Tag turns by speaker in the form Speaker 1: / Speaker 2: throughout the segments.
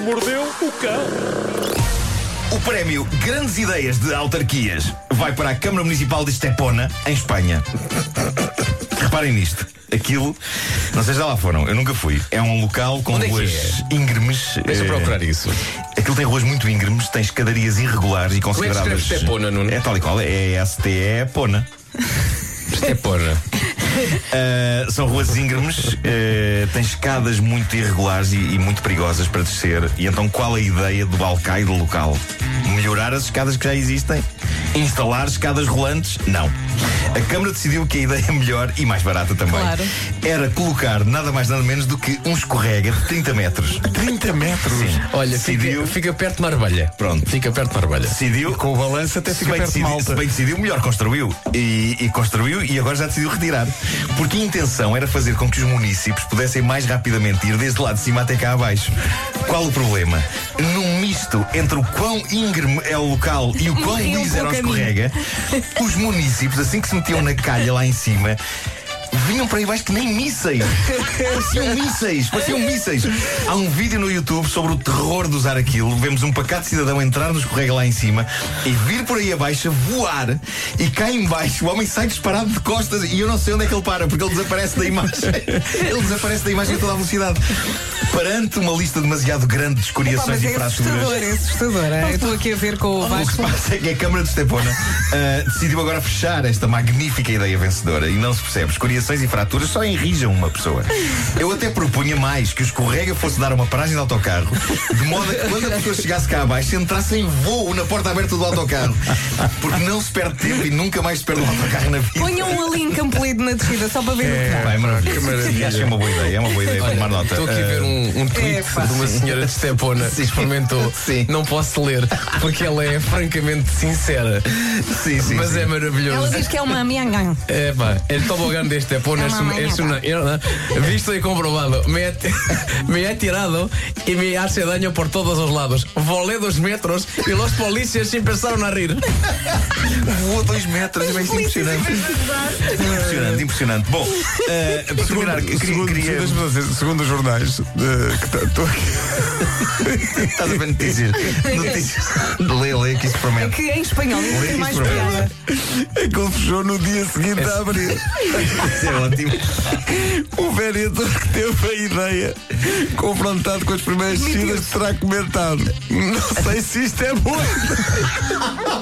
Speaker 1: mordeu o cão.
Speaker 2: O prémio Grandes Ideias de Autarquias vai para a Câmara Municipal de Estepona, em Espanha. Reparem nisto. Aquilo, não sei se já lá foram, eu nunca fui. É um local com
Speaker 3: Onde é que
Speaker 2: ruas íngremes.
Speaker 3: Deixa
Speaker 2: eh,
Speaker 3: eu procurar isso.
Speaker 2: Aquilo tem ruas muito íngremes, tem escadarias irregulares e
Speaker 3: é que
Speaker 2: consideradas.
Speaker 3: escreve Estepona, Nuno?
Speaker 2: É tal e qual, é S-T-E-Pona.
Speaker 3: Estepona.
Speaker 2: Uh, são ruas íngremes, uh, tem escadas muito irregulares e, e muito perigosas para descer. E então qual a ideia do alcaide local? Melhorar as escadas que já existem? Instalar escadas rolantes? Não. A Câmara decidiu que a ideia é melhor e mais barata também.
Speaker 4: Claro.
Speaker 2: Era colocar nada mais nada menos do que um escorrega de 30 metros.
Speaker 5: 30 metros.
Speaker 2: Sim.
Speaker 3: Olha,
Speaker 2: decidiu,
Speaker 3: fica, fica perto de Marbelha.
Speaker 2: Pronto.
Speaker 3: Fica perto de Marbelha.
Speaker 2: decidiu
Speaker 5: Com o balanço até
Speaker 2: se
Speaker 5: fica
Speaker 2: bem,
Speaker 5: perto de
Speaker 2: decidiu, se
Speaker 5: malta.
Speaker 2: bem decidiu, melhor construiu. E, e construiu e agora já decidiu retirar. Porque a intenção era fazer com que os munícipes pudessem mais rapidamente ir desde lá de cima até cá abaixo. Qual o problema? Num misto entre o quão íngreme é o local e o quão
Speaker 4: Morriam
Speaker 2: liso era
Speaker 4: pelo
Speaker 2: o
Speaker 4: caminho.
Speaker 2: escorrega, os munícipes, assim que se metiam na calha lá em cima, Vinham para aí baixo que nem mísseis. Pareciam mísseis, pareciam mísseis. Há um vídeo no YouTube sobre o terror de usar aquilo. Vemos um pacato cidadão entrar no escorrega lá em cima e vir por aí abaixo, voar e cai em baixo. O homem sai disparado de costas e eu não sei onde é que ele para, porque ele desaparece da imagem. Ele desaparece da imagem a toda a velocidade. Perante uma lista demasiado grande de
Speaker 4: Pá,
Speaker 2: escoriações
Speaker 4: mas é
Speaker 2: e frases
Speaker 4: assustador, é assustador. é? Eu estou aqui a ver com o
Speaker 2: o que se
Speaker 4: Vasco.
Speaker 2: passa é que a Câmara de Estepona ah, decidiu agora fechar esta magnífica ideia vencedora e não se percebe. Escoriações e fraturas só enrijam uma pessoa. Eu até propunha mais que o escorrega fosse dar uma paragem de autocarro, de modo a que quando a pessoa chegasse cá abaixo, entrasse em voo na porta aberta do autocarro. Porque não se perde tempo e nunca mais se perde um autocarro na vida.
Speaker 4: Ponham um ali em Campolide na descida, só para ver o
Speaker 2: Pá, é maravilhoso.
Speaker 3: maravilha.
Speaker 2: Acho que é uma boa ideia, é uma boa ideia. Vou tomar nota. eh,
Speaker 3: Estou aqui a ver um, um tweet
Speaker 4: Epá.
Speaker 3: de uma senhora de Estepona que experimentou.
Speaker 2: Sim.
Speaker 3: Não posso ler, porque ela é francamente sincera.
Speaker 2: Ah, sim, sim.
Speaker 3: Mas
Speaker 2: sim.
Speaker 3: é
Speaker 4: Ela
Speaker 3: maravilhoso.
Speaker 4: diz que é uma miangan.
Speaker 3: É pá, el tobogán de Estepona
Speaker 4: É
Speaker 3: es,
Speaker 4: uma
Speaker 3: un- es una. era- é? Visto y comprobado. Me ha, ti- me ha tirado y me hace daño por todos los lados. Volé dos metros y los policías empezaron a rir.
Speaker 2: Voou dois metros, é bem impressionante. Impressionante, impressionante. Bom, ah, para terminar, queria-
Speaker 5: Segundo,
Speaker 2: queria.
Speaker 5: segundo as pessoas- segundo os jornais, eh, que tá- tô aqui-
Speaker 2: Estás a ver notícias? Notícias. Lê, lê que isso promete.
Speaker 4: Que em espanhol isso
Speaker 2: Lê
Speaker 4: tem
Speaker 2: que
Speaker 4: mais
Speaker 2: isso
Speaker 4: piada.
Speaker 2: promete.
Speaker 5: aquele fechou no dia seguinte a abrir.
Speaker 2: Isso é ótimo.
Speaker 5: O vereador que teve a ideia, confrontado com as primeiras descidas, terá comentado. Não sei se isto é muito.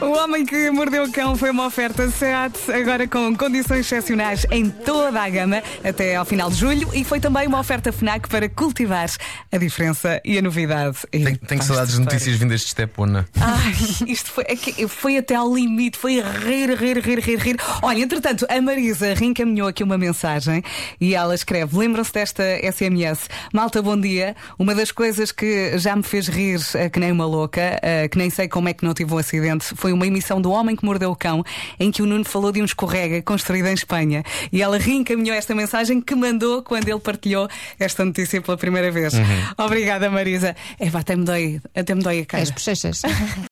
Speaker 4: O Homem que Mordeu o Cão foi uma oferta SEAT, agora com condições excepcionais em toda a gama, até ao final de julho, e foi também uma oferta FNAC para cultivar a diferença e a novidade. E, pá, esta história.
Speaker 3: vindas de Estepona.
Speaker 4: Ai, isto foi, é que foi até ao limite, foi a rir, rir, rir, rir, rir. Olha, entretanto, a Marisa reencaminhou aqui uma mensagem e ela escreve: Lembram-se desta SMS? Malta, bom dia. Uma das coisas que já me fez rir eh, que nem uma louca, eh, que nem sei como é que não tive um acidente, foi uma emissão do Homem que Mordeu o Cão, em que o Nuno falou de um escorrega construído em Espanha. E ela reencaminhou esta mensagem que mandou quando ele partilhou esta notícia pela primeira vez. Obrigada, Marisa. É, até me dói, até me dói a cara.
Speaker 6: As bochechas.